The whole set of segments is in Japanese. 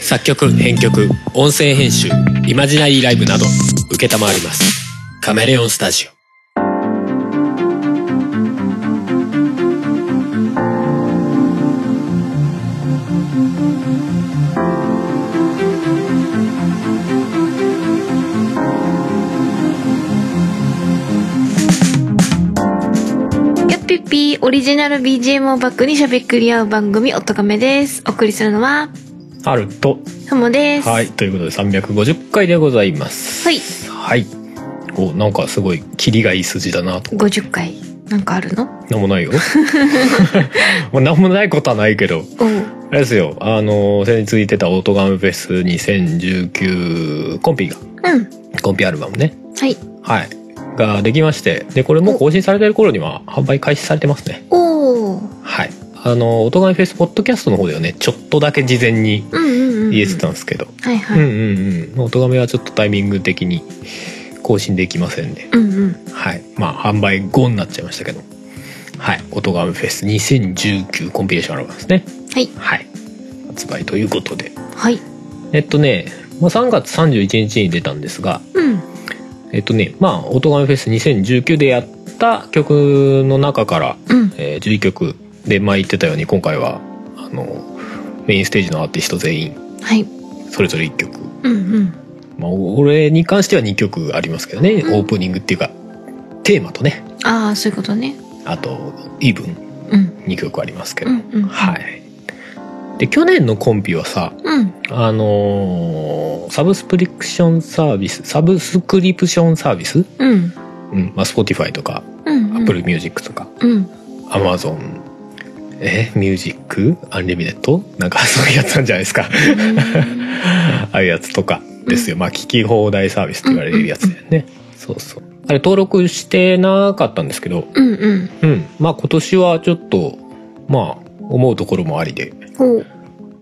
作曲編曲音声編集イマジナリーライブなど承りますカメレオンスタジオやっぴっぴーオリジナル BGM をバックにしゃべくり合う番組「おとがめ」ですお送りするのは春とハモですはいということで350回でございますはいはいおなんかすごいキリがいい数字だなと50回なんかあるのなんもない よまあなんもないことはないけどおうあれですよあの先日行ってたオートガムフェス2019コンピがうんコンピアルバムねはいはいができましてでこれもう更新されてる頃には販売開始されてますねおおはいあのオトガメフェスポッドキャストの方ではねちょっとだけ事前にうんうんうんうん言えてたんですけど、はいうん、はい、うんうんうんオトガメはちょっとタイミング的に更新できませんでうんうんはいまあ販売後になっちゃいましたけどはいオトガメフェス2019コンピレーションアルバムですねはいはい発売ということではいえっとね、まあ、3月31日に出たんですがうんえっとねまあ「オトガメフェス2019」でやった曲の中から、うんえー11曲で前言ってたように今回はあのメインステージのアーティスト全員はいそれぞれ1曲、うんうんまあ、俺に関しては2曲ありますけどね、うんオープニングっていうかテーマとねああそういうことねあと「イーブンうん」 2曲ありますけうど、んうんはいで去年のコンピはさうんあのーサブスプリクションサービスサブスクリプションサービス、うんうんまあ、Spotify とかうんうん Apple Music とか、うんアマゾンえミュージックアンリミテッドなんかそういうやつなんじゃないです かああいうやつとかですよ、まあ聞き放題サービスって言われるやつだよね、そうそうあれ登録してなかったんですけどうんうんうんまあ今年はちょっとまあ思うところもありでほう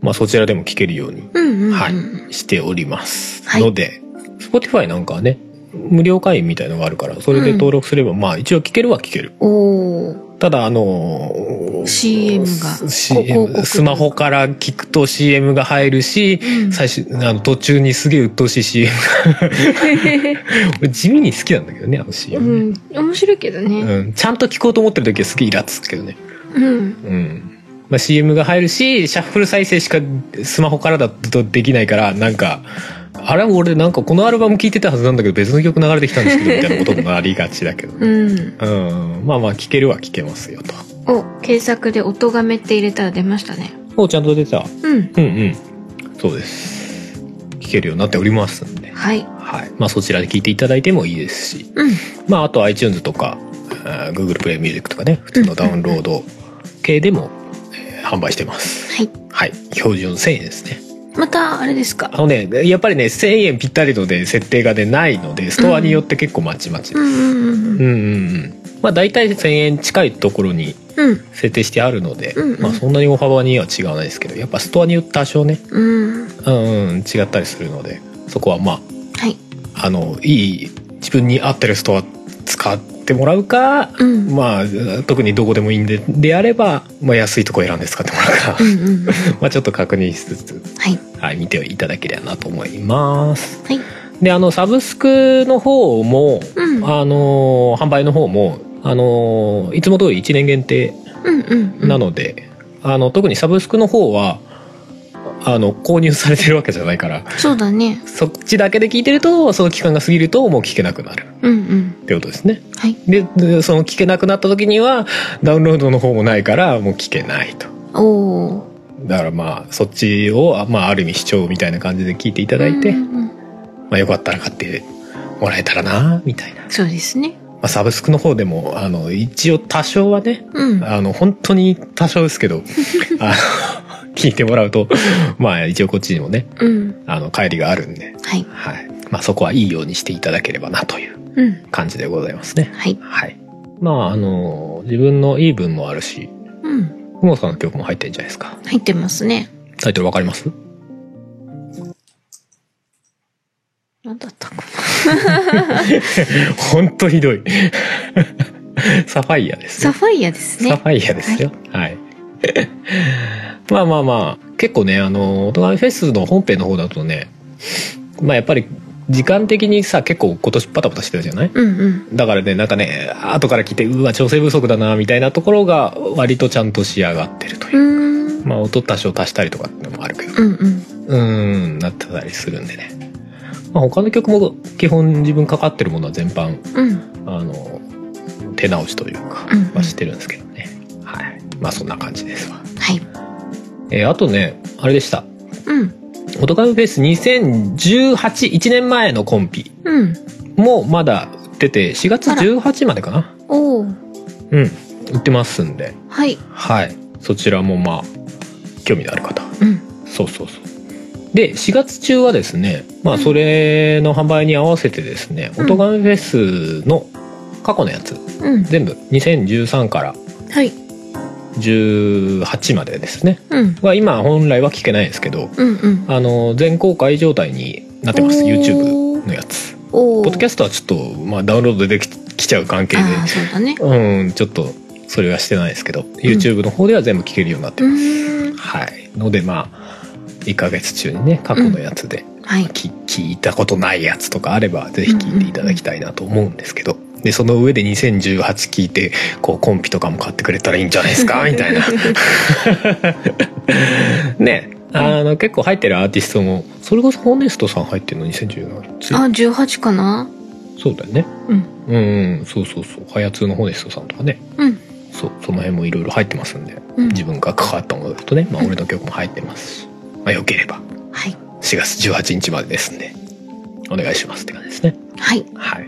まあそちらでも聞けるようにうんうんうんはいしております、はいので Spotify なんかはね無料会員みたいのがあるからそれで登録すれば、まあ一応聞けるは聞けるおおただあの CM が CM スマホから聞くと CM が入るし、うん最初あの途中にすげえ鬱陶しい CM が 俺地味に好きなんだけどねあの CM ね、うん面白いけどうんねちゃんと聞こうと思ってる時はすげえイラつくけどね、うんうんまあ、CM が入るしシャッフル再生しかスマホからだとできないからなんかあれ俺なんかこのアルバム聴いてたはずなんだけど別の曲流れてきたんですけどみたいなことになりがちだけど、ね、うんうんまあまあ聞けるは聞けますよとお検索で「音がめ」って入れたら出ましたねおちゃんと出たうんうんうんそうです聞けるようになっておりますんで、はいはいまあ、そちらで聞いていただいてもいいですし、うんまあ、あと iTunes とかあー Google プレイミュージックとかね普通のダウンロード系でも、えー販売してますはいはい標準1000円ですねまたあれですあかのねやっぱりね1000円ぴったりので設定がねないのでストアによって結構まちまちでうんす、うんうん、うんうんまあ大体1000円近いところにうん設定してあるので、うんうんまあ、そんなに大幅には違わないですけどやっぱストアによって多少ねうんうんうんうん違ったりするのでそこはまはいああのいい自分に合ってるストア使ってもらうか、うんまあ特にどこでもいいんでであれば、まあ、安いとこ選んで使ってもらうかうんうんまあちょっと確認しつつ、はいはい、見ていただければなと思いますはいであのサブスクの方も、うんあの販売の方もあのいつも通り1年限定うんうんうんなので、あの特にサブスクの方はあの購入されてるわけじゃないからそうだねそっちだけで聞いてるとその期間が過ぎるともう聞けなくなるうんうんってことですねはいででその聞けなくなった時にはダウンロードの方もないからもう聞けないとおおだからまあそっちを、まあ、ある意味視聴みたいな感じで聞いていただいて、まあ、よかったら買ってもらえたらなみたいな、まそうですねあ、サブスクの方でもあの一応多少はねうんあの本当に多少ですけ どあの聞いてもらうとまあ一応こっちにもねうんあの帰りがあるんで、はいはいまあ、そこはいいようにしていただければなといううん感じでございますね。はいはい。まあ、あの、自分の言い分もあるし、うんふもさんの曲も入ってるんじゃないですか。入ってますねタイトルわかります なんだったかほんとひどい。 サファイアですサね。ファイアですサね ファイアですよ。はい。まあまあまあ、結構ねあの「オトガメフェス」の本編の方だとねまあやっぱり時間的にさ結構今年パタパタしてたじゃないうんうんだからねなんかね後から来てうわ調整不足だなみたいなところが割とちゃんと仕上がってるとういう、んまあ音多少足したりとかってのもあるけどうんうんうんなってたりするんでね、まあ、他の曲も基本自分かかってるものは全般うんあの手直しというかうんはしてるんですけどね、はいまあそんな感じですわはいえーあとねあれでしたうん「オトガメフェス20181年前のコンピうんもまだ売ってて4月あら18までかなおおうん売ってますんではいはいそちらもまあ興味のある方うんそうそうそうで4月中はですねまあそれの販売に合わせてですね「うんオトガメフェス」の過去のやつうん全部2013からはい18までですねうんは今本来は聞けないんですけどうんうんあの全公開状態になってますおー YouTube のやつおおポッドキャスストはちょっと、まあ、ダウンロードでききちゃう関係ああーでそうだねうんちょっとそれはしてないですけど YouTube の方では全部聞けるようになってうます、ーんはいのでまあ1ヶ月中にね過去のやつで、はいき聞いたことないやつとかあればぜひ聞いていただきたいなと思うんですけど、でその上で2018聞いてこうコンピとかも買ってくれたらいいんじゃないです かみたいなねあの結構入ってるアーティストもそれこそホネストさん入ってるの2018ついあ十18かなそうだよねうんうんそうそうそうハヤツのホネストさんとかねうんそうその辺もいろいろ入ってますんで、うん自分が関わったものだとね、まあ、俺の曲も入ってますし、まあ、よければはい4月18日までですんでお願いしますって感じですねはいはい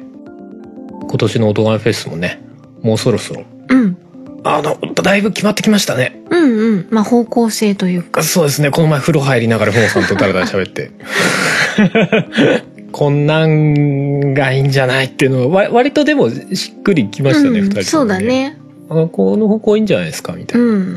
今年の「オトガメフェス」もねもうそろそろうんあのだいぶ決まってきましたねうんうんまあ方向性というかそうですねこの前風呂入りながらふもさんとダラダラ喋って こんなんがいいんじゃないっていうのはわ割とでもしっくりきましたね、う二人んともねそうだねあこの方向いいんじゃないですかみたういな、ん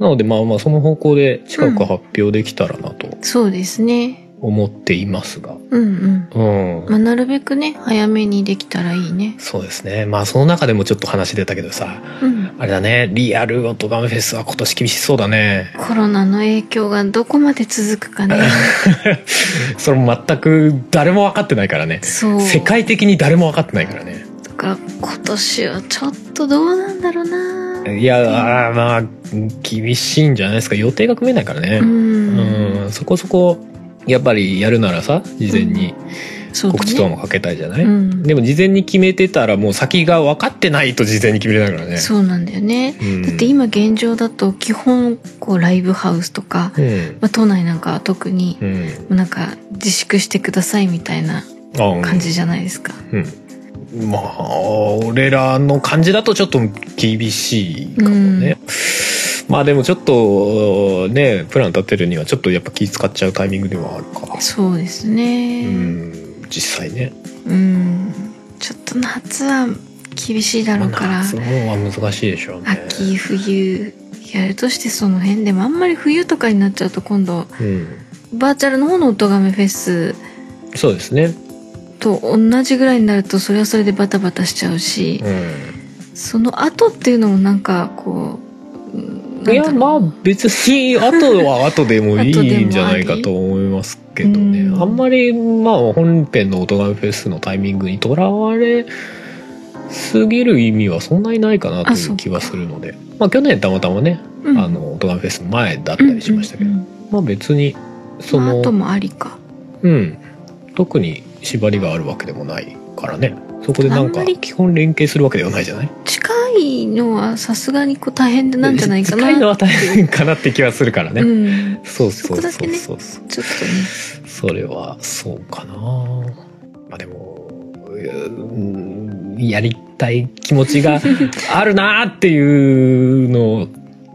なのでまあまあその方向で近く発表できたらなとそうですね思っていますがうんうんうん、まあなるべくね早めにできたらいいねそうですねまあその中でもちょっと話出たけどさうんあれだねリアルオトガメフェスは今年厳しそうだねコロナの影響がどこまで続くかね それも全く誰も分かってないからねそう世界的に誰も分かってないからねだから今年はちょっとどうなんだろうないやーまあ厳しいんじゃないですか予定が組めないからう、ねうんん、そこそこやっぱりやるならさ事前にそうだね告知とかもかけたいじゃない、うんでも事前に決めてたらもう先が分かってないと事前に決めれないからねそうなんだよね、うんだって今現状だと基本こうライブハウスとか、うんまあ、都内なんかは特にう、んなんか自粛してくださいみたいなあうん感じじゃないですか、うん、まあ俺らの感じだとちょっと厳しいかもね、まあでもちょっとねプラン立てるにはちょっとやっぱ気使っちゃうタイミングではあるか、そうですうねん、実際ねうん、ちょっと夏は厳しいだろうから、まあ夏の方は難しいでしょうね秋冬やるとしてその辺でもあんまり冬とかになっちゃうと今度うん、バーチャルの方の音がめフェスそうですね、と同じぐらいになるとそれはそれでバタバタしちゃうし、うその後っていうのもなんかこううん、いんなんだやろうまあ別に後は後でもい後でもあいりんじゃないかと思いますけどねうんあんまりまあ本編の「オトガメフェス」のタイミングにとらわれすぎる意味はそんなにないかなとあいそうう気はするのでまあ去年たまたまね「うんあのオトガメフェス」の前だったりしましたけど、うんうんうんまあ別にそまあの、後もありかうん特に縛りがあるわけでもないからねそこでなんかあんまり基本連携するわけではないじゃない近いのはさすがにこう大変なんじゃないかな 近いのは大変かなって気はするからね、うんそうそうそうそこだけねそうそうちょっそれはそうかなまあでもうんやりたい気持ち があるなっていうの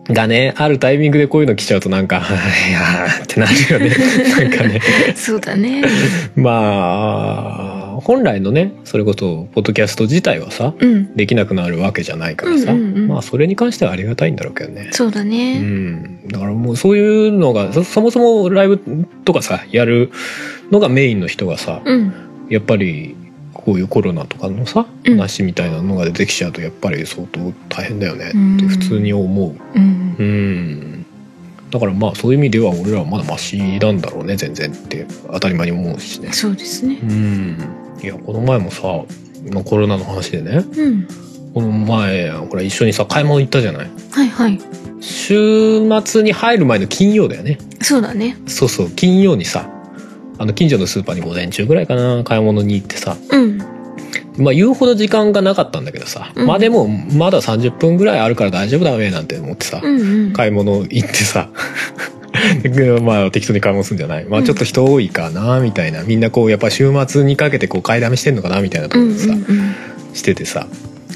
がねあるタイミングでこういうの来ちゃうとなんか いやーってなるよ ねなんかねとねそうだねまあ本来のねそれこそポッドキャスト自体はさうんできなくなるわけじゃないからさ、うんうんうんまあそれに関してはありがたいんだろうけどねそうだうねん、だからもうそういうのがそそもそもライブとかさやるのがメインの人がさうんやっぱりこういうコロナとかのさうん話みたいなのが出てきちゃうとやっぱり相当大変だよねうんって普通に思う。うんうんだからまあそういう意味では俺らはまだマシなんだろうね全然って当たり前に思うしねそうですねうんいやこの前もさまあコロナの話でねうんこの前ほら一緒にさ買い物行ったじゃないはいはい週末に入る前の金曜だよねそうだねそうそう金曜にさあの近所のスーパーに午前中ぐらいかな買い物に行ってさうんまあ言うほど時間がなかったんだけどさ、うんまあでもまだ30分ぐらいあるから大丈夫だべなんて思ってさ、うんうん買い物行ってさ でまあ適当に買い物するんじゃないまあちょっと人多いかなみたいなみんなこうやっぱ週末にかけてこう買いだめしてんのかなみたいなとうこんろうでんさ、うんしててさ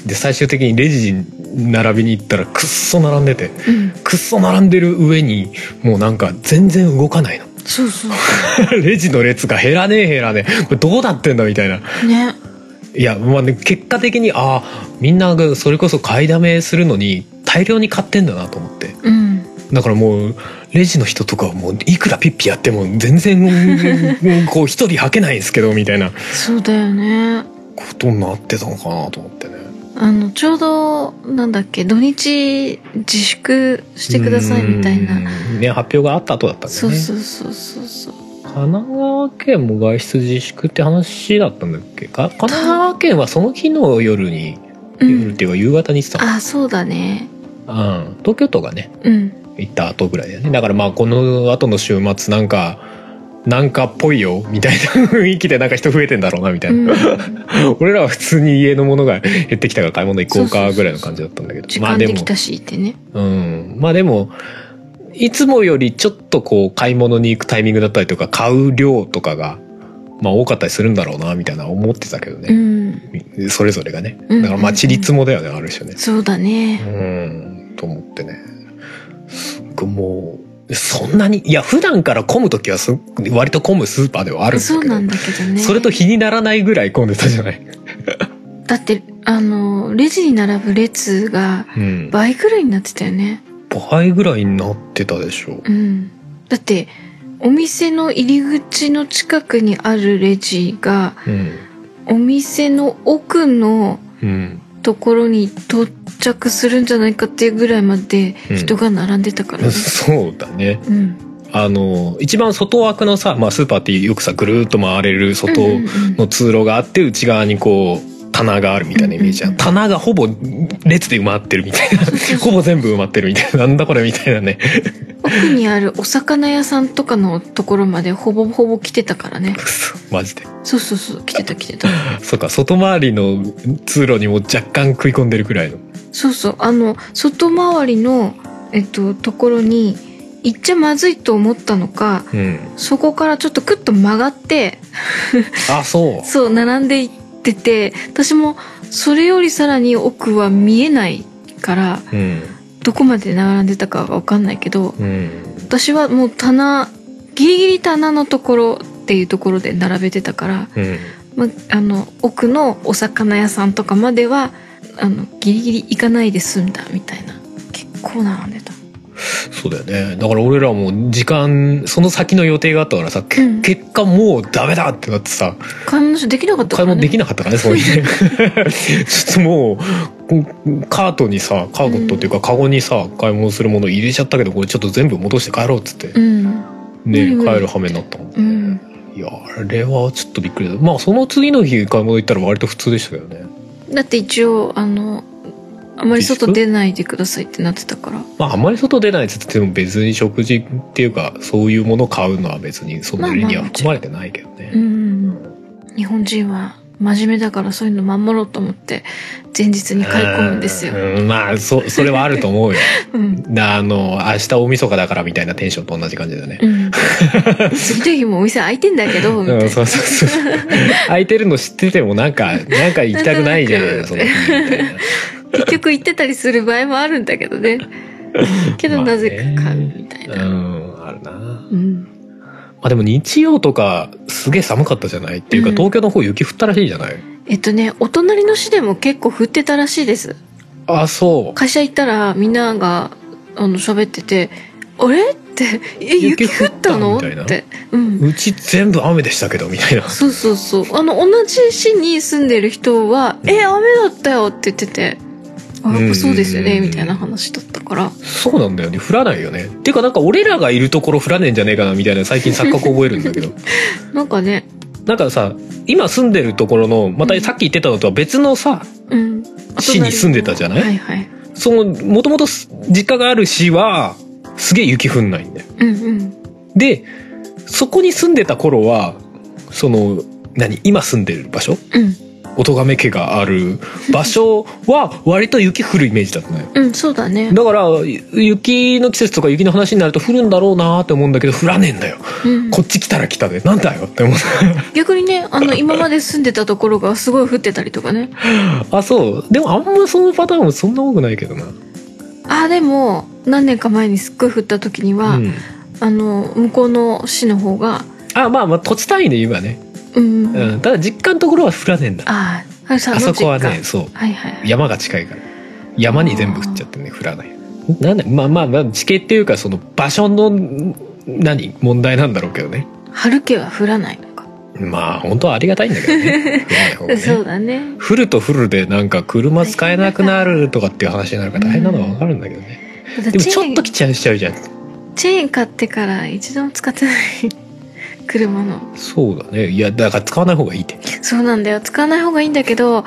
で最終的にレジに並びに行ったらくっそ並んでてうんくっそ並んでる上にもうなんか全然動かないのそうそう レジの列が減らねえ減らねえこれどうなってんだみたいなねいや、まあね、結果的にああみんながそれこそ買いだめするのに大量に買ってんだなと思ってうんだからもうレジの人とかはもういくらピッピやっても全然 うんこう一人はけないんですけどみたいなそうだよねことになってたのかなと思ってねあのちょうどなんだっけ土日自粛してくださいみたいな、うんね発表があった後だったんだそようねそうそうそうそう神奈川県も外出自粛って話だったんだっけか神奈川県はその日の夜に、うん夜っていうか夕方に言ってたのあそうだねうん、東京都がねうん行った後ぐらいだよねだからまあこの後の週末なんかなんかっぽいよみたいな雰囲気でなんか人増えてんだろうなみたうい んな、俺らは普通に家のものが減ってきたから買い物行こうかぐらいの感じだったんだけど時まあ間ででもきたしってねうんまあでもいつもよりちょっとこう買い物に行くタイミングだったりとか買う量とかがまあ多かったりするんだろうなみたいな思ってたけどうね、んそれぞれがねうんだからまあちりつもだよねある種ねそうだねうんと思ってね僕もうそんなにいや普段から混む時はす割と混むスーパーではあるんだけそどうなんだけどねそれと比にならないぐらい混んでたじゃない、だってあのレジに並ぶ列がうん、倍ぐらいになってたよね倍ぐらいになってたでしょうんだってお店の入り口の近くにあるレジがうん、お店の奥のうん、ところに到着するんじゃないかっていうぐらいまで人が並んでた からね、そうだねうんあの一番外枠のさ、まあ、スーパーってよくさぐるーっと回れる外うんうんうんの通路があって内側にこう棚があるみたいなイメージやうんん棚がほぼ列で埋まってるみたいな ほぼ全部埋まってるみたいななんだこれみたいなね奥にあるお魚屋さんとかのところまでほぼほぼ来てたからねくそ マジでそうそうそう来てた来てたそうか外回りの通路にも若干食い込んでるくらいのそうそうあの外回りのえっとところに行っちゃまずいと思ったのかうんそこからちょっとクッと曲がってあそうそう並んでいってて私もそれよりさらに奥は見えないからうんどこまで並んでたかは分かんないけどうん私はもう棚ギリギリ棚のところっていうところで並べてたから、うんま、あの奥のお魚屋さんとかまではあのギリギリ行かないで済んだみたいな結構並んでたそうだよねだから俺らも時間その先の予定があったからさ、けうん結果もうダメだってなってさ買い物できなかったか買い物ら、ね、できなかったからねそういうね ちょっともうこうカートにさカーゴットっていうかカゴにさ買い物するもの入れちゃったけどこれちょっと全部戻して帰ろうっつって、うん無理ね無理帰る羽目になったもんね、うんいやあれはちょっとびっくりだまあその次の日買い物行ったら割と普通でしたけどねだって一応あのあまり外出ないでくださいってなってたからまああんまり外出ないっつっても別に食事っていうかそういうものを買うのは別にその例には含まれてないけどね、うん日本人は真面目だからそういうの守ろうと思って前日に買い込むんですよ、うんまあそそれはあると思うよ うんなあの明日大晦日だからみたいなテンションと同じ感じだね、うん、次の日もお店開いてんだけどみた う、いなんそうそうそう空いてるの知っててもなんかなんか行きたくないじゃなんんとそなの日みたいな結局行ってたりする場合もあるんだけどねけどなぜか買うみたいな、うんあるなうん、まあでも日曜とかすげえ寒かったじゃないっていうか、うん東京の方雪降ったらしいじゃないえっとねお隣の市でも結構降ってたらしいですあそう会社行ったらみんながあの喋ってて「あれ?」って「え雪雪降ったの?」降ったみたいなって、うん、うち全部雨でしたけどみたいなそうそうそうあの同じ市に住んでる人は「え雨だったよ」って言っててあやっぱそうですようねんみたいな話だったからそうなんだよね降らないよねていうかなんか俺らがいるところ降らねえんじゃねえかなみたいな最近錯覚覚えるんだけど なんかねなんかさ今住んでるところのまたさっき言ってたのとは別のさうんあと市に住んでたじゃないはいはいそのもともと実家がある市はすげえ雪降んないんだようんうんでそこに住んでた頃はその何今住んでる場所うん音亀家がある場所は割と雪降るイメージだったのようんそうだねだからゆ雪の季節とか雪の話になると降るんだろうなって思うんだけど降らねえんだようんこっち来たら来たでなんだよって思う逆にねあの今まで住んでたところがすごい降ってたりとかねあそうでもあんまそのパターンもそんな多くないけどなあーでも何年か前にすっごい降った時には、うん、あの向こうの市の方があまあまあ土地単位で言えばね、うん、あうん、ただ実家のところは降らねえんだあーああそこは実家ねそうはいはいはい山が近いから山に全部降っちゃってね降らないなんだまあまあまあ地形っていうかその場所のん何問題なんだろうけどね春家は降らないのか、まあ本当はありがたいんだけど ね降らない方がねそうだね降ると降るでなんか車使えなくなるとかっていう話になるから大変なのはわかるんだけどね、だってでもチちェょーっンと来ちゃうしちゃうじゃんチェーン買ってから一度も使ってない 車のそうだねいやだから使わない方がいいって、そうなんだよ使わない方がいいんだけどあ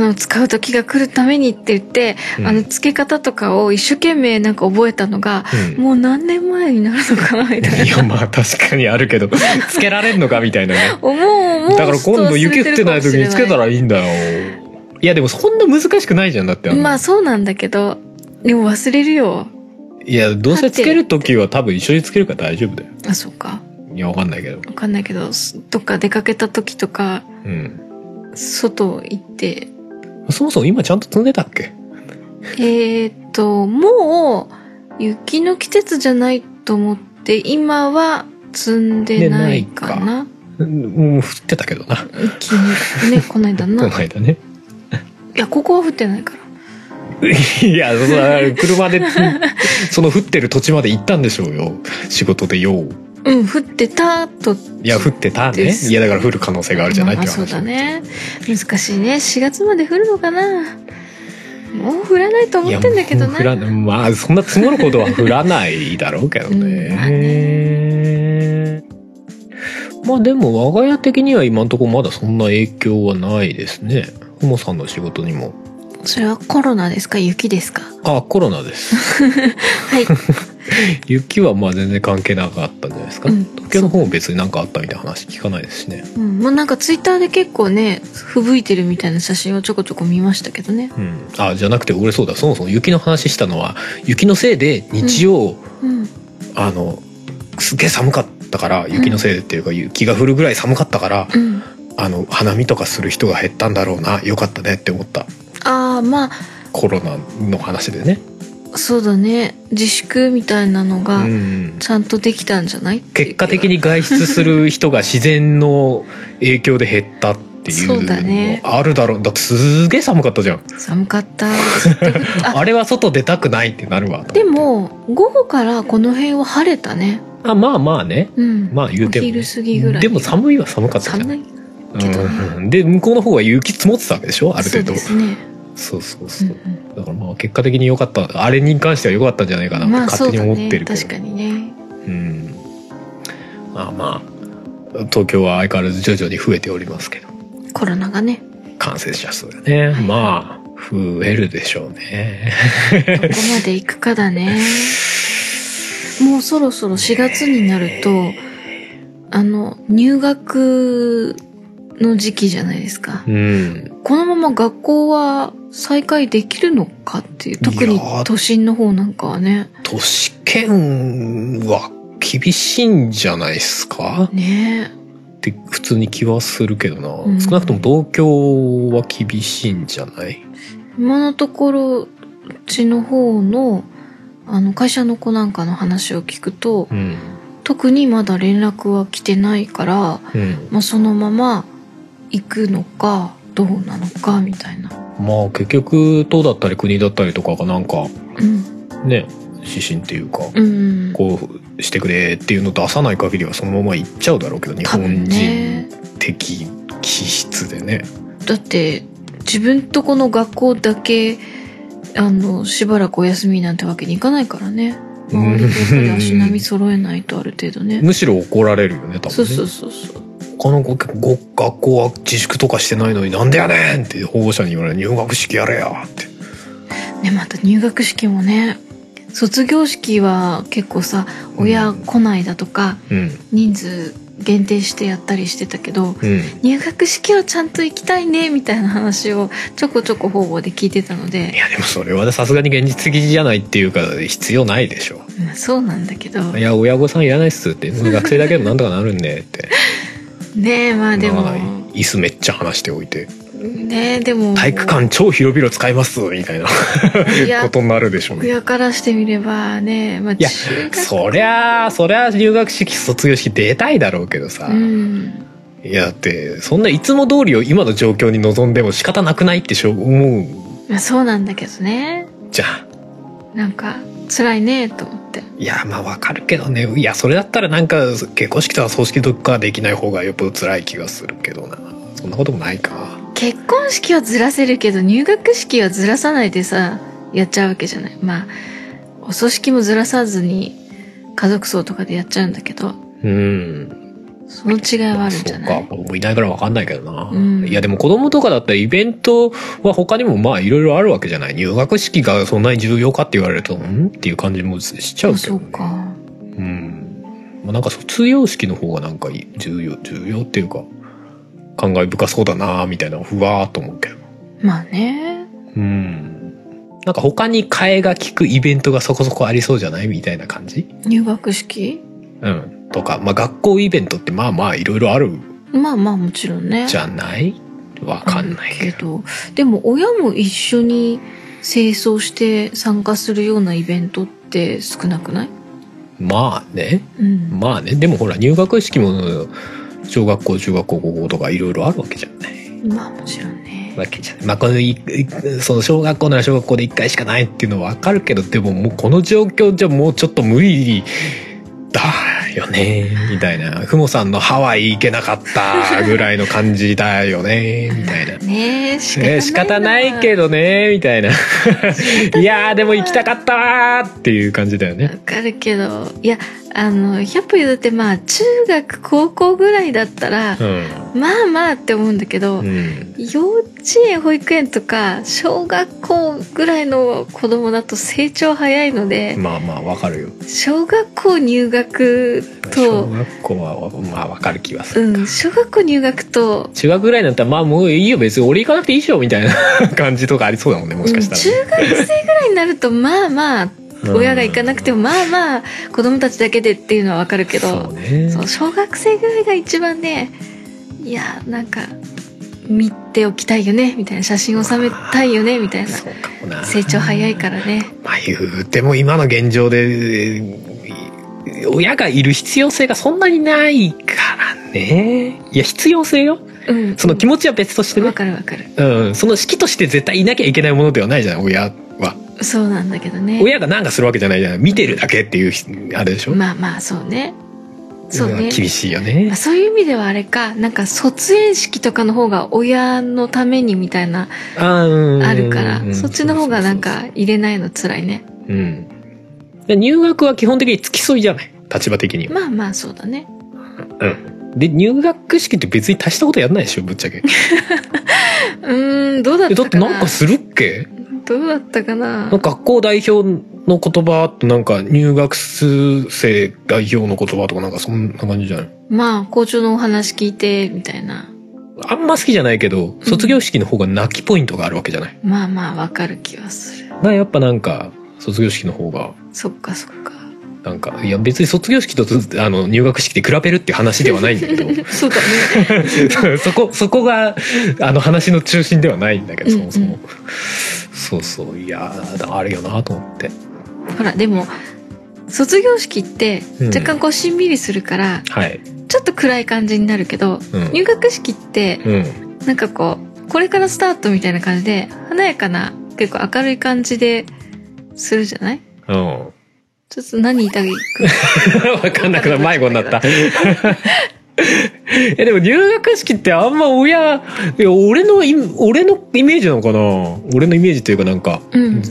の使う時が来るためにって言って、うんあの付け方とかを一生懸命なんか覚えたのが、うんもう何年前になるのかな みたいいなやまあ確かにあるけどつけられんのかみたいなね思う思うだから今度雪降ってない時につけたらいいんだよいやでもそんな難しくないじゃんだってあのまあそうなんだけどでも忘れるよいやどうせつける時は多分一緒につけるから大丈夫だよあそうかいやわかんないけどわかんないけどすどっか出かけた時とかうん外行ってそもそも今ちゃんと積んでたっけえーっともう雪の季節じゃないと思って今は積んでないかでなうんもう降ってたけどな雪ねこないだこ なのい間ねやここは降ってないから いやその車で その降ってる土地まで行ったんでしょうよ仕事でよううん降ってたといや降ってたでねすいやだから降る可能性があるじゃないっまてあいう話そうだね難しいね4月まで降るのかなもう降らないとい思やってんだけどもう降らなないまあそんな積もることは降らないだろうけどうんまあね。まあでも我が家的には今んとこまだそんな影響はないですね。ふもさんの仕事にも。それはコロナですか雪ですかあ、コロナです。 はい雪はまあ全然関係なかったんじゃないですか。うん東京の方も別になんかあったみたいな話聞かないですしね。うん、もうなんかツイッターで結構ね吹雪いてるみたいな写真をちょこちょこ見ましたけどねうん。あ、じゃなくて俺そうだ。そもそも雪の話したのは、雪のせいで日曜、うんあの、すげえ寒かったから、雪のせいでっていうか雪が降るぐらい寒かったから、うんあの花見とかする人が減ったんだろうなよかったねって思ったああまコロナの話でね、あそうだね自粛みたいなのうがん、ちゃんとできたんじゃない結果的に外出する人が自然の影響で減ったっていそうだねうのあるだろうだってすげえ寒かったじゃん寒かったあれは外出たくないってなるわとでも午後からこの辺は晴れたねあまあまあねうんまあ言うてもね、お昼過ぎぐらいでも寒いは寒かったじゃん寒いけどねうんで向こうの方は雪積もってたわけでしょある程度そうですね、そうそううそんう、うんだからまあ結果的に良かったあれに関しては良かったんじゃないかなってまあそ勝う手にだ思っねてるけど、確かにねうんまあまあ東京は相変わらず徐々に増えておりますけどコロナがね感染者数がねはいまあ増えるでしょうねどこまで行くかだ ね。もうそろそろ4月になると、あの、入学の時期じゃないですかう。んこのまま学校は再開できるのかっていう、特にいやー都心の方なんかはね。都市圏は厳しいんじゃないですかねって普通に気はするけどな、ん少なくとも東京は厳しいんじゃないえ今のところ、うちの方の、あの、会社の子なんかの話を聞くとう、ん特にまだ連絡は来てないから、うんまあ、そのまま行くのかどうなのかみたいな、まあ結局党だったり国だったりとかがなんかうん、ね指針っていうか、うんこうしてくれっていうの出さない限りはそのまま行っちゃうだろうけど日多分本ね人的気質でねだって自分とこの学校だけあの、しばらくお休みなんてわけにいかないからね。周りとやっぱり足並み揃え ないとある程度ね。むしろ怒られるよね多分ねそうそうそうそう。他のごご学校は自粛とかしてないのになんでやねんって保護者に言われる入学式やれやってね、また入学式もね、卒業式は結構さ、親来ないだとか、うん人数限定してやったりしてたけど、うん入学式はちゃんと行きたいね、みたいな話をちょこちょこ方々で聞いてたのいで、やでもそれはさすがに現実的じゃないっていうか必要ないでしょまあそうなんだけど、いや親御さんいらないっすって学生だけどなんとかなるんでってねえ、まあでもま、あ椅子めっちゃ離しておいてねえ、でも、体育館超広々使いますみたいない やことになるでしょうね親からしてみればね、まあ、いや中学そりゃあそりゃあ入学式卒業式出たいだろうけどさ、うん、いやだってそんないつも通りを今の状況に望んでも仕方なくないってしょ思うまあ、そうなんだけどねじゃんなんか辛いねと思っていやまあわかるけどねいやそれだったらなんか結婚式とか葬式とかできない方がよっぽど辛い気がするけどなそんなこともないか結婚式はずらせるけど入学式はずらさないでさやっちゃうわけじゃないまあお葬式もずらさずに家族葬とかでやっちゃうんだけどうんその違いはあるんじゃなそうかい僕いないからわかんないけどな、うんいやでも子供とかだったらイベントは他にもまあいろいろあるわけじゃない入学式がそんなに重要かって言われるとんっていう感じもしちゃうけそど、うね、かうん、まあ、なんか卒業式の方がなんかいい重要重要っていうか感慨深そうだなみたいなふわーっと思うけどまあねうんなんか他に替えが利くイベントがそこそこありそうじゃないみたいな感じ入学式うんとかまあ学校イベントってまあまあいろいろあるまあまあもちろんねじゃないわかんないけどどでも親も一緒に清掃して参加するようなイベントって少なくない、まあねうん、まあねでもほら入学式も小学校中学校高校とかいろいろあるわけじゃないまあもちろんねわけじゃない。まあ、このい、いその小学校なら小学校で1回しかないっていうのはわかるけど、でももうこの状況じゃもうちょっと無理だよね、みたいな。ふもさんのハワイ行けなかったぐらいの感じだよね、みたいな。ねえ仕えー仕方ないけどどね、み たいな。いやーでも行きたかったわーっていう感じだよねわ。かるけどいやあの100歩譲ってまあ中学高校ぐらいだったらう、ん。まあまあって思うんだけど、うん。幼稚園保育園とか小学校ぐらいの子供だと成長早いので、まあまあわかるよ。小学校入学小と学校はまあわかる気はする。うん小学校入学と中学ぐらいになったら、まあもういいよ、別に俺行かなくていいっしょ、みたいな 感じとかありそうだもんね、もしかしたらね、うん中学生ぐらいになるとまあまあうん親が行かなくてもまあまあ子供たちだけでっていうのはわかるけそどうね。そう小学生ぐらいが一番ねいやなんか見ておきたいよねみたいな写真収めたいよねみたいなそうかもな。成長早いからねまあ言うても今の現状で、えー親がいる必要性がそんなにないからね。いや、必要性よ。うんその気持ちは別としてわね。かるわかるうん。その式として絶対いなきゃいけないものではないじゃない、親は。そうなんだけどね親が何かするわけじゃないじゃない。見てるだけっていう、あれでしょ。まあまあそうねそうれはね厳しいよねまあ。そういう意味ではあれかなんか卒園式とかの方が親のためにみたいなあーうんあるから、うんそっちの方がなんか入れないの辛いねうん。で入学は基本的に付き添いじゃない立場的には。まあまあそうだねうん。で、入学式って別に足したことやんないでしょ、ぶっちゃけ。 うーんどうだっえだたってかななんかするっけどうだったかななんか学校代表の言葉となんか入学生代表の言葉とかなんかそんな感じじゃないまあ校長のお話聞いてみたいなあんま好きじゃないけど、卒業式の方が泣きポイントがあるわけじゃない。まあまあわかる気はするだからやっぱなんか、卒業式の方が、そっかそっかなんか、いや別に卒業式とあの入学式で比べるっていう話ではないんだけど。そうだ ね そこそこがあの話の中心ではないんだけどそもそも、うそうそういやーあるよなと思ってほらでも卒業式ってうん若干こうしんみりするから、はいちょっと暗い感じになるけど、うん入学式ってうんなんかこうこれからスタートみたいな感じで華やかな結構明るい感じでするじゃないうん ちょっと何言いたいかわかんなくなる迷子になった え、でも入学式ってあんま親、いや、俺のイ、俺のイメージなのかな俺のイメージというかなんか、うん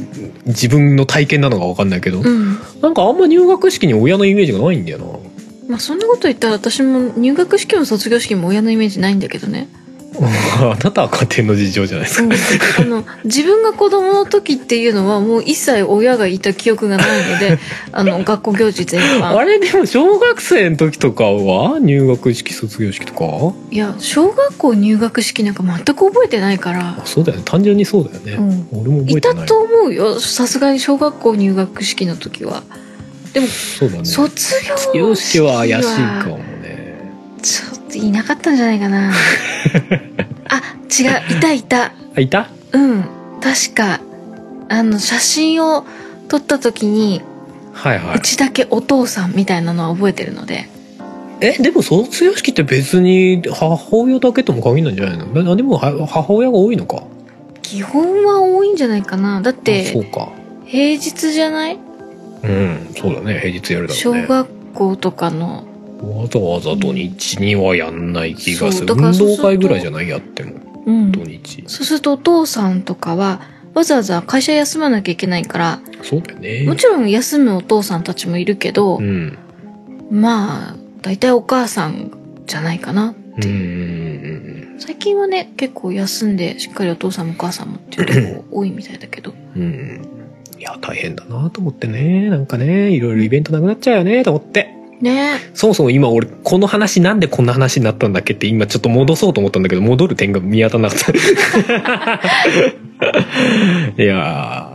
自分の体験なのかわかんないけど、うんなんかあんま入学式に親のイメージがないんだよな。まあそんなこと言ったら私も入学式も卒業式も親のイメージないんだけどね、あな たは家庭の事情じゃないですうか。ん、あの自分が子供の時っていうのはもう一切親がいた記憶がない のであの学校行事全般あれでも小学生の時とかは入学式卒業式とかいや小学校入学式なんか全く覚えてないからあ、そうだよね単純にそうだよね、俺も覚いえてたないと思うよさすがに小学校入学式の時はそうだね卒卒業式業式は怪しいかもねちょっといなかったんじゃないかな あ違ういたいたあいたうん確かあの写真を撮った時にはいうはいちだけお父さんみたいなのは覚えてるのでえでも卒業式って別に母親だけとも限らないんじゃないのなでもは母親が多いのか基本は多いんじゃないかなだっあそうてか平日じゃない、うんそうだね平日やるだろう小ね学校とかのわざわざ土日にはやんない気がすそるうだから運そうする動と会ぐらいじゃないやってもうん土日そうするとお父さんとかはわざわざ会社休まなきゃいけないからそうだよねもちろん休むお父さんたちもいるけど、うんまあ大体お母さんじゃないかなうんうんうんうん最近はね結構休んでしっかりお父さんもお母さんもっていうとこ多いみたいだけどうん。いや、大変だなと思ってね。なんかね、いろいろイベントなくなっちゃうよね、と思って。ねそもそも今俺、この話なんでこんな話になったんだっけって今ちょっと戻そうと思ったんだけど、戻る点が見当たらなかった。 いや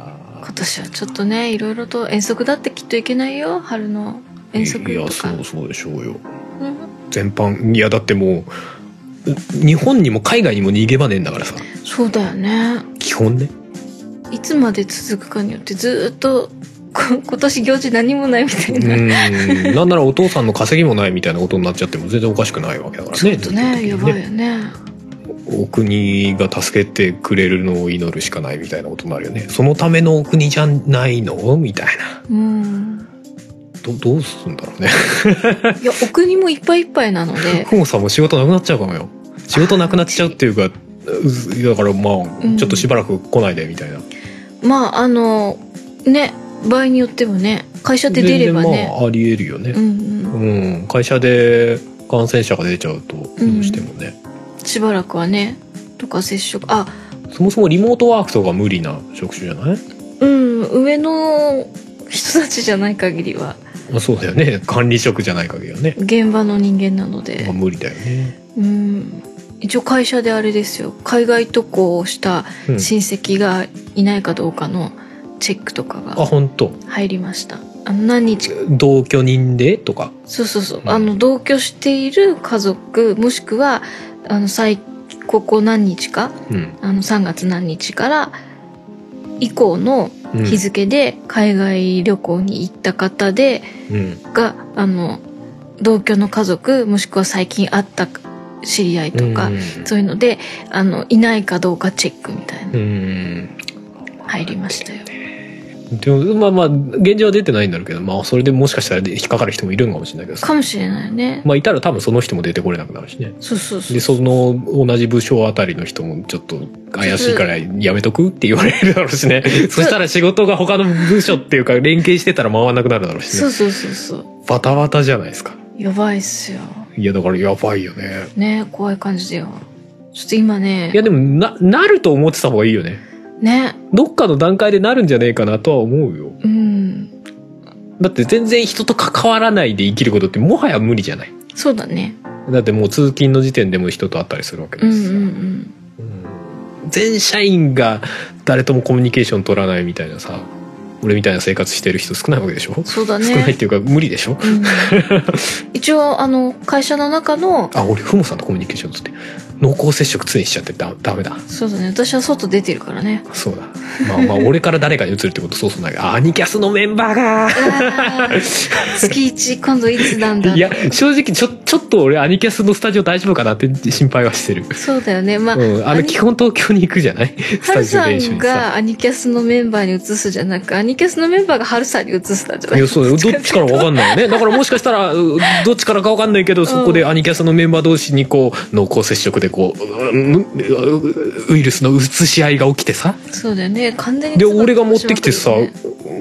今年はちょっとねいろいろと遠足だってきっといけないよ春のー。遠足いや、とかそうそうでしょうよ。うん全般、いや、だってもう、う日本にも海外にも逃げ場ねえんだからさ。そうだよね基本 ね。いつまで続くかによってずーっとこ 今年行事何もないみたういな、ーん。なんならお父さんの稼ぎもないみたいなことになっちゃっても全然おかしくないわけだからね。ちょっとね全や体的にばいよねお国が助けてくれるのを祈るしかないみたいなことになるよねそのためのお国じゃないのみたいなうんどどうするんだろうねいやお国もいっぱいいっぱいなので久保さん も仕事なくなっちゃうかもよ仕事なくなっちゃうっていうかうだからまあ、うんちょっとしばらく来ないでみたいなまああのね場合によってはね会社で出れば全ね然、まあありえるよね、ううんうん、ん会社で感染者が出ちゃうとどうしてもね、しばらくはねとか接触あそもそもリモートワークとか無理な職種じゃないうん上の人たちじゃない限りはまあそうだよね管理職じゃない限りはね、現場の人間なまのあ、で、無理だよね、うん、一応会社であれですよ海外渡航をしたうん、親戚がいないかどうかのチェックとかあが本当入りましたあの何日同居人でとかそうそうそう、うんあの同居している家族もしくはあの最ここ何日かうん、あの3月何日から以降の日付で海外旅行に行った方でうんが、あの同居の家族もしくは最近会った知り合いとか、うんそういうのであのいないかどうかチェックみたいうなのん入りましたよ。でもまあまあ現状は出てないんだろうけどまあそれでもしかしたら引っかかる人もいるのかもしれないけどさかもしれないね。まあいたら多分その人も出てこれなくなるしねそうそうそうでその同じ部署あたりの人もちょっと怪しいからやめとくって言われるだろうし ねそしたら仕事が他の部署っていうか連携してたら回らなくなるだろうしそねうそうそうそうバタバタじゃないですかやばいっすよ。いやだからやばいよねね怖い感じだよ。ちょっと今ねいやでもななると思ってた方がいいよねねどっかの段階でなるんじゃねえかなとは思うようんだって全然人と関わらないで生きることってもはや無理じゃないそうだね。だってもう通勤の時点でも人と会ったりするわけうでんうす、んうん。うん全社員が誰ともコミュニケーション取らないみたいなさ俺みたいな生活してる人少ないわけでしょ、そうだ少ないっね。ていうか無理でしょうん、一応あの会社の中のあ俺ふもさんとコミュニケーション取って濃厚接触常にしちゃってだダメだそうだね私は外出てるか らねそうだまあまあ俺から誰かに移るってことそうそうない がアニキャスのメンバーがあー月一今度いつなんだいや正直ちょちょっと俺アニキャスのスタジオ大丈夫かなって心配はしてるそうだよねまあ、うん、あアのニ基本東京に行くじゃないスハタルジオさ練習んにさがアニキャスのメンバーに移すじゃなくアニキャスのメンバーがハルさんに移したんじゃないいでやすかそうだよどっちからか分かんないよねだからもしかしたらうどっちからか分かんないけどそこでアニキャスのメンバー同士にこう濃厚接触でこううウイルスの移し合いが起きてさそうだよね完全にで妻と俺が持ってきてさし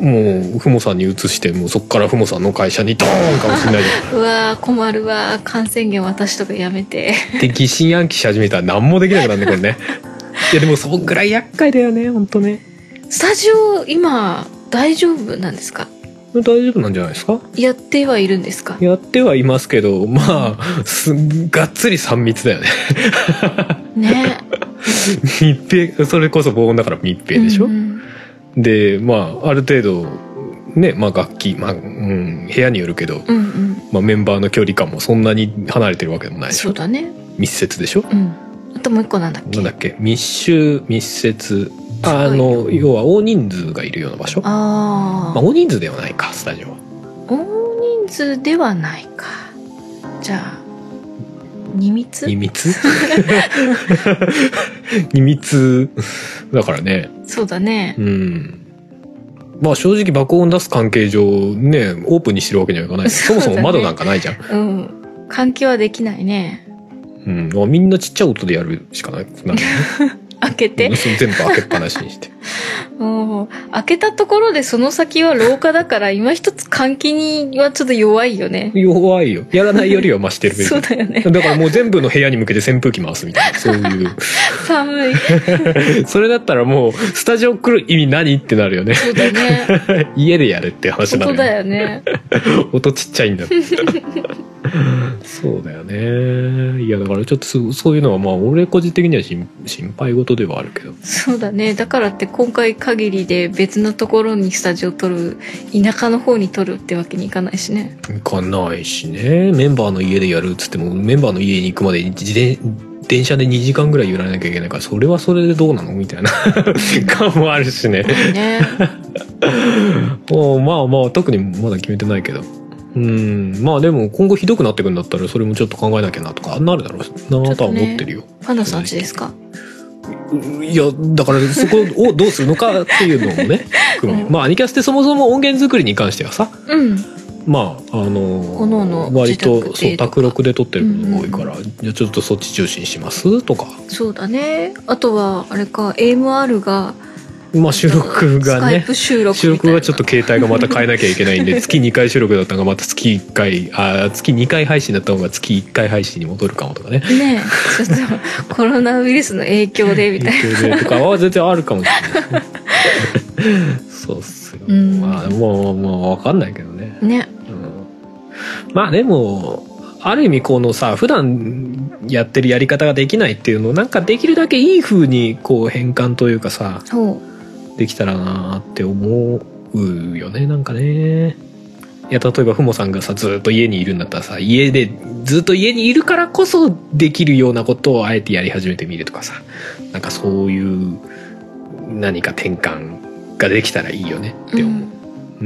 まもっうふもさんに移してもうそっからふもさんの会社にドーンかもしれないじゃんてるねうわー困るわー感染源私とかやめてで疑心暗鬼し始めたら何もできなくなるねこれねいやでもそんぐらい厄介だよね本当ねスタジオ今大丈夫なんですか大丈夫なんじゃないですかやってはいるんですかやってはいますけどまあすがっつり3密だよね ね密閉それこそ防音だから密閉でしょ、うんうんでまあある程度ねまあ楽器まあ、うん、部屋によるけど、うんうんまあ、メンバーの距離感もそんなに離れてるわけでもないでしそうょだね密接でしょうんあともう一個なんだっけなんだっけ密集密接あすごいなの要は大人数がいるような場所あまあ、あ大人数ではないかスタジオは大人数ではないかじゃあ二密二密 二密 だからねそうだねうん。まあ正直爆音出す関係上ね、オープンにしてるわけにはいかない。そ そうもだねそも窓なんかないじゃん。うん換気はできないねうん。まあみんなちっちゃい音でやるしかない。なんか開けてね、全部開けっぱなしにして。もう開けたところでその先は廊下だから今一つ換気にはちょっと弱いよね弱いよ。やらないよりは増してるべきそうだよねだからもう全部の部屋に向けて扇風機回すみたいな。そういう。寒いそれだったらもう、スタジオ来る意味何ってなるよね。 そうだね家でやれって話にな本当るよねだよね音ちっちゃいんだ そうだよねいやだからちょっとそうそういうのはまあ俺個人的には心心配事ではあるけどそうだねだからって今回限りで別のところにスタジオ撮る田舎の方に撮るってわけにいかないしね行かないしねメンバーの家でやるっつってもメンバーの家に行くまで自転電車で2時間ぐらい揺らなきゃいけないからそれはそれでどうなのみたいな 感もあるしね ねもうまあまあ特にまだ決めてないけどうんまあでも今後ひどくなってくんだったらそれもちょっと考えなきゃなとかなるだろうなとは思ってるよ、パンダさんちですかいやだからそこをどうするのかっていうのもね 含めうんまあアニキャスってそもそも音源作りに関してはさうんまああの各々割と自宅そでうとか卓録で撮ってることが多いから、じゃあちょっとそっち重視にしますとかそうだねあとはあれか AMR がまあ収録がスカイねプ収録みたい収な録はちょっと携帯がまた変えなきゃいけないんで月2回収録だったのがまた月1回あー月2回配信だった方が月1回配信に戻るかもとか ねねえちょっとコロナウイルスの影響でみたいな影響でとかは全然あるかもしれな いですねそうっすよ、うんまあもうもう分かんないけどねねうんまあでもある意味このさ普段やってるやり方ができないっていうのをなんかできるだけいい風にこう変換というかさそうできたらなーって思うよねなんかねいや例えばふもさんがさずーっと家にいるんだったらさ家でずーっと家にいるからこそできるようなことをあえてやり始めてみるとかさなんかそういう何か転換ができたらいいよねってう、思うん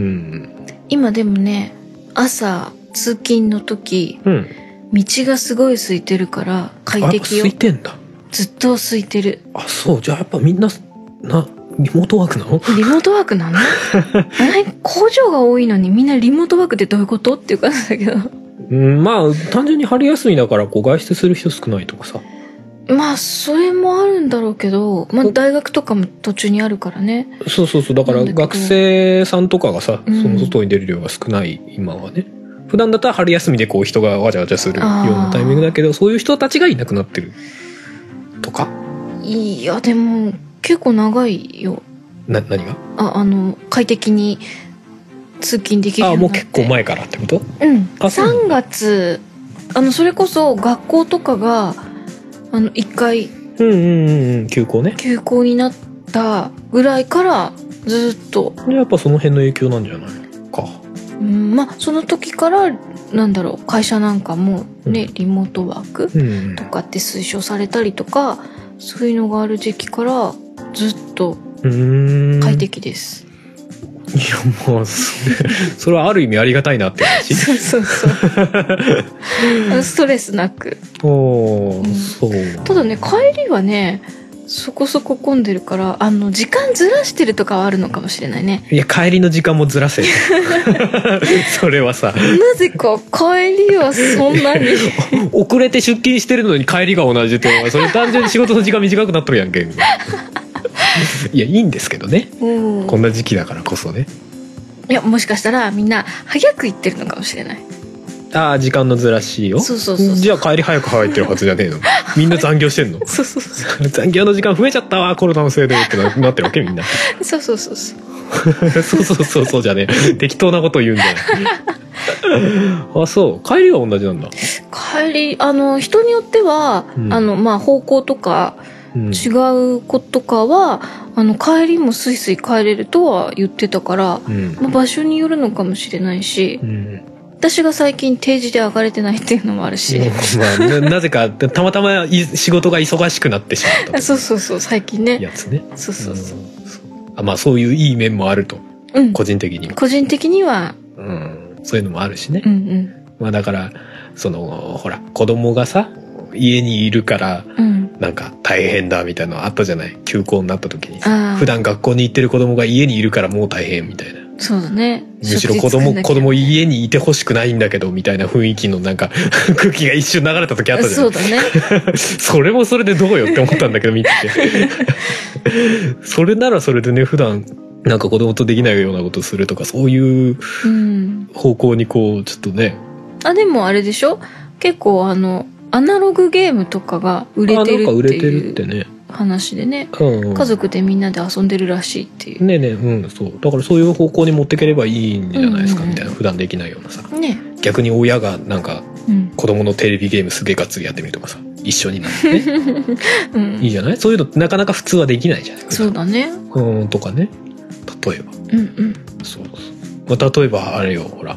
うん今でもね朝通勤の時うん道がすごい空いてるから快適よあやっぱ空いてんだずっと空いてるあそうじゃあやっぱみんななリモートワークなのリモートワークな のえ工場が多いのにみんなリモートワークってどういうことっていう感じだけどうんまあ単純に春休みだからこう外出する人少ないとかさまあそれもあるんだろうけど、まあ、大学とかも途中にあるからねそうそうそうだからなんだけど学生さんとかがさそうんの外に出る量が少ない今はね、普段だったら春休みでこう人がわちゃわちゃするようあーなタイミングだけどそういう人たちがいなくなってるとかいやでも結構長いよな何がああの快適に通勤できるよあうあにもなっうて結構前からってことうん、あそうなん3月あのそれこそ学校とかがあの1回うんうんうんうん休校ね休校になったぐらいからずっとやっぱその辺の影響なんじゃないかうんまあその時からなんだろう会社なんかもね、うんリモートワークうんとかって推奨されたりとかそういうのがある時期からずっとうーん快適です、いやもうそれそれはある意味ありがたいなって感じ そうそうそ うストレスなくおおうんそうただね帰りはねそこそこ混んでるからあの時間ずらしてるとかはあるのかもしれないねいや帰りの時間もずらせ それはさなぜか帰りはそんなに遅れて出勤してるのに帰りが同じってお前それ単純に仕事の時間短くなっとるやんけみたいないやいいんですけどね うんこんな時期だからこそねいやもしかしたらみんな早く行ってるのかもしれないああ時間のずらしいよそうそうそうそうじゃあ帰り早く入ってるはずじゃねえのみんな残業してんの そうそうそう残業の時間増えちゃったわコロナのせいでってななってるわけみんなそうそうそうそう そうそうそうそうじゃね え適当なこと言うんだよあそう帰りは同じなんだ、帰りあの人によっては、うんあのまあ方向とかうん、違う子とかは、あの帰りもスイスイ帰れるとは言ってたから、うんまあ、場所によるのかもしれないしうん私が最近定時で上がれてないっていうのもあるし、まあ、ななぜかたまたまい仕事が忙しくなってしまったとそうそうそう最近ねやつねそうそううそう、んそうあまあそういういい面もあるとうん、個人的にも、個人的にはうん、そういうのもあるしねう、んまあ、だからそのほら子供がさ家にいるからうんうんなんか大変だみたいなのあったじゃない休校になった時にああ普段学校に行ってる子供が家にいるからもう大変みたいなそうだねむしろ食子事作んな供きゃ子供家にいてほしくないんだけどみたいな雰囲気のなんか 空気が一瞬流れた時あったじゃないそうだ ねそれもそれでどうよって思ったんだけど見てて それならそれでね普段なんか子供とできないようなことするとかそういううん方向にこうちょっとねあでもあれでしょ結構あのアナログゲームとかが売れあてなんるか売ってれてるいってうね、話でねうんうん家族でみんなで遊んでるらしいっていうねえねえうんそうだからそういう方向に持ってければいいんじゃないですか、うんうんうみんたいな普段できないようなさね逆に親がなんかうん、子供のテレビゲームすげえがっつりやってみるとかさ一緒になってねういいん、じゃないそういうのってなかなか普通はできないじゃないですそかうだねうんとかね例えばうんうんそうそう、まあ、例えばあれよほら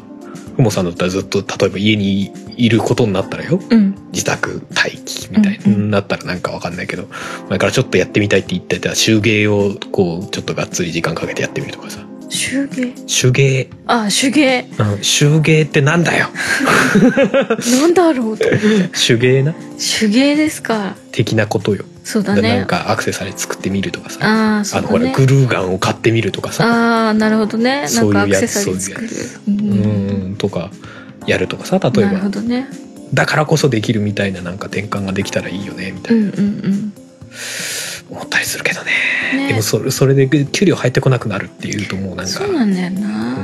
ふもさんだったらずっと例えば家にいることになったらようん自宅待機みたいうんうんになったらなんかわかんないけど前からちょっとやってみたいって言ってた手芸をこうちょっとがっつり時間かけてやってみるとかさ手芸手芸、あ手芸うん、手芸ってなんだ よなんだろうと手芸な手芸ですか的なことよ、そうだだからなんねかアクセサリー作ってみるとかさあああそうのほだらねグルーガンを買ってみるとかさああなるほどねなんかアそういうクやセつサリー作るううんんとかやるとかさ例えなるほばどねだからこそできるみたいななんか転換ができたらいいよねみたういなんうんうん思ったりするけどねでねもそれそれで給料入ってこなくなるっていうともうなんかそうなんだよな、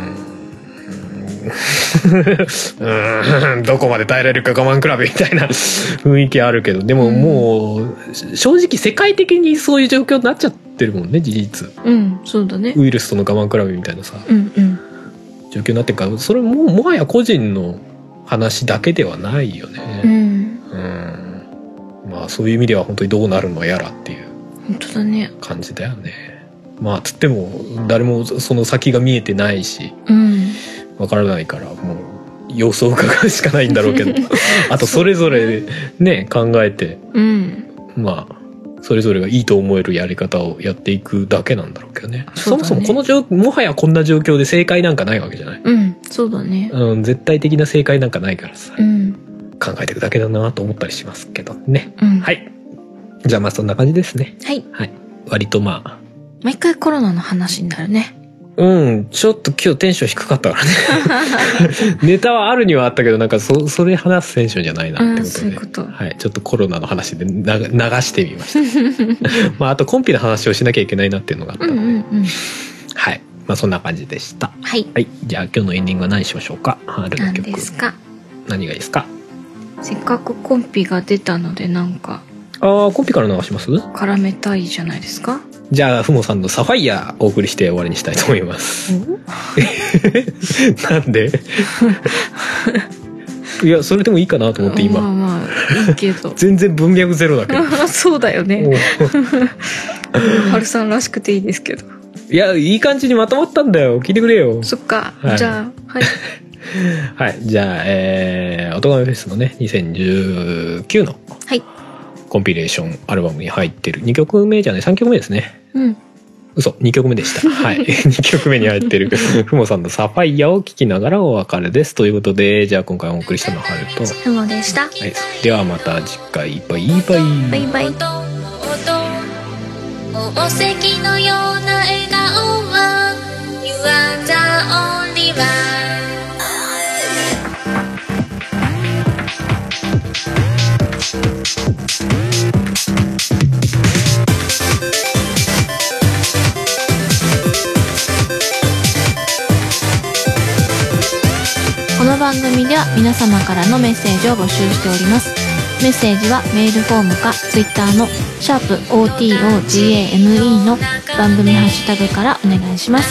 うんうんどこまで耐えられるか我慢比べみたいな雰囲気あるけどでももうし正直世界的にそういう状況になっちゃってるもんね事実うんそうだねウイルスとの我慢比べみたいなさうんうん状況になってるからそれももはや個人の話だけではないようねんうんまあそういう意味では本当にどうなるのやらっていう本当だね感じだよねまあつっても誰もその先が見えてないしうんわからないからもう様子を伺うしかないんだろうけどあとそれぞれね考えてうんまあそれぞれがいいと思えるやり方をやっていくだけなんだろうけどねそそうだねもそもこの状もはやこんな状況で正解なんかないわけじゃない、うんそうだねうん、絶対的な正解なんかないからさうん考えていくだけだなと思ったりしますけどねうん、はいいじゃあまあそんな感じですねはい、割とまあ毎回コロナの話になるねうん、ちょっと今日テンション低か ったからね。ネタはあるにはあったけど、なんかそ、それ話すテンションじゃないなっうてんことそうで。いうことはい、ちょっとコロナの話でな流してみま した。まあ、あとコンピの話をしなきゃいけないなっていうのがあったうんのうで、んうんはい。まあ、そんな感じでした。はいはい。じゃあ、今日のエンディングは何しましょうか春の何曲で。すか何がいいですかせっかくコンピが出たのでなんかああ、コンピから流します絡めたいじゃないですかじゃあ、ふもさんのサファイアお送りして終わりにしたいと思います。 なんでいや、それでもいいかなと思って今。まあまあいいけど全然文脈ゼロだけど。そうだよねもう春さんらしくていいですけど いや、いい感じにまとまったんだよ。聞いてくれよ。そっか、はいじゃあはいはい。じゃあ、えー、おとがめフェスのね、2019のはいコンピレーションアルバムに入ってる2曲目じゃない、3曲目ですね。うん嘘、2曲目でした。はい。2曲目に入ってる、ふもさんのサファイアを聴きながらお別れです。ということで、じゃあ今回お送りしたのははると。はふもでしたい。ではまた次回、バイバイ。バイバイ宝石のような笑顔は You are the only one この番組では皆様からのメッセージを募集しておりますメッセージはメールフォームか Twitter の「シャープ o t o g a m e の番組ハッシュタグからお願いします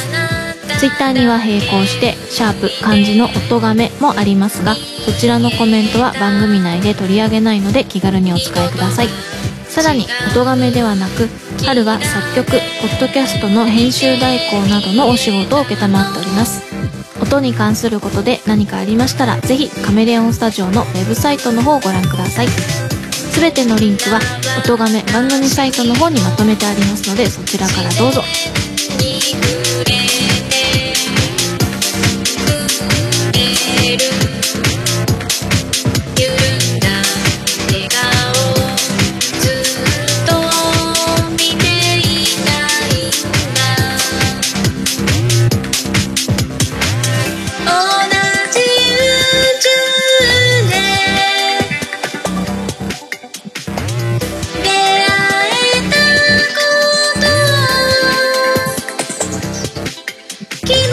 Twitter には並行して「シャープ漢字の音がめ」もありますがそちらのコメントは番組内で取り上げないので気軽にお使いくださいさらに音がめではなく春は作曲ポッドキャストの編集代行などのお仕事を承っております音に関することで何かありましたらぜひカメレオンスタジオのウェブサイトの方をご覧くださいすべてのリンクは音がめ番組サイトの方にまとめてありますのでそちらからどうぞに触れて触れる緩んだ笑顔ずっと見ていたいんだ同じ宇宙で出会えたこと希望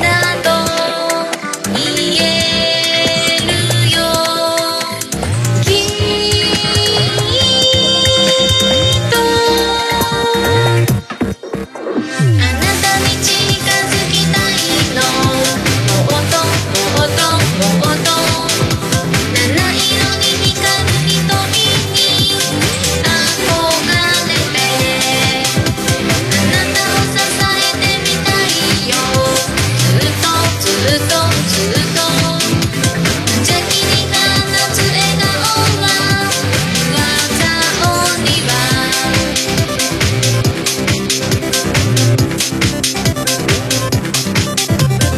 だと言えるよきっとあなたに近づきたいのもっともっともっと七色に光る瞳に憧れてあなたを支えてみたいよずっとずっとずっと無邪気に放つ笑顔は技をには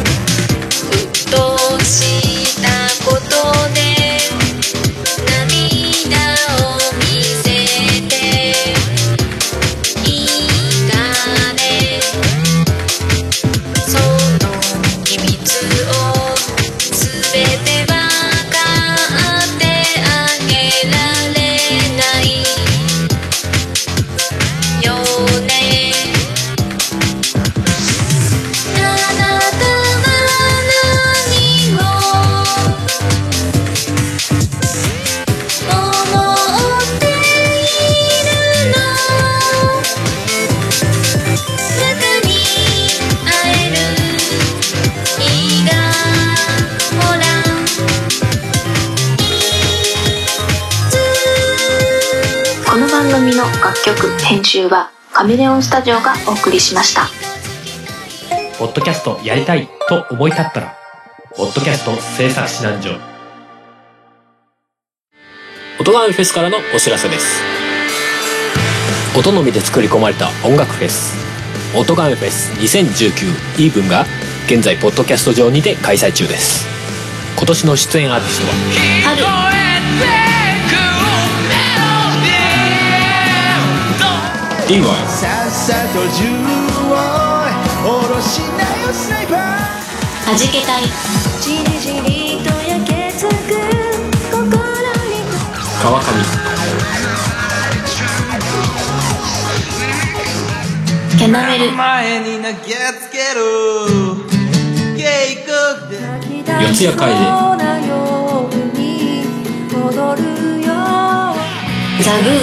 「としたことで涙を見せていいかね」「その秘密をすべてわかってあげられないよね」「あなたは何を思っているの」「中に会える日がほら」この番組の楽曲編集はカメレオンスタジオがお送りしましたポッドキャストやりたいと思い立ったら、ポッドキャスト制作指南所。音がめフェスからのお知らせです音のみで作り込まれた音楽フェス音がめフェス2019イーブンが現在ポッドキャスト上にて開催中です今年の出演アーティストは春リーワイさっさと銃を下ろしなよスナイパーはじけたいじりじりと焼けつく心に川上キャナメル前に投げつける警告で四谷楓ザグー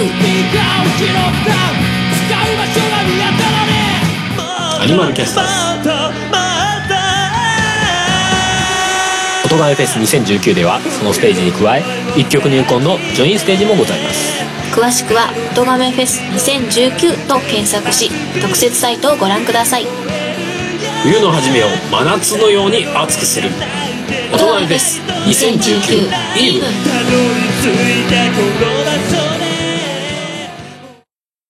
アニマルキャスターズ音がめフェス2019ではそのステージに加え一曲入魂のジョインステージもございます詳しくは「音亀フェス2019」と検索し特設サイトをご覧ください冬の初めを真夏のように熱くする「音とがフェス2019イーブン」たどり着いたこの場所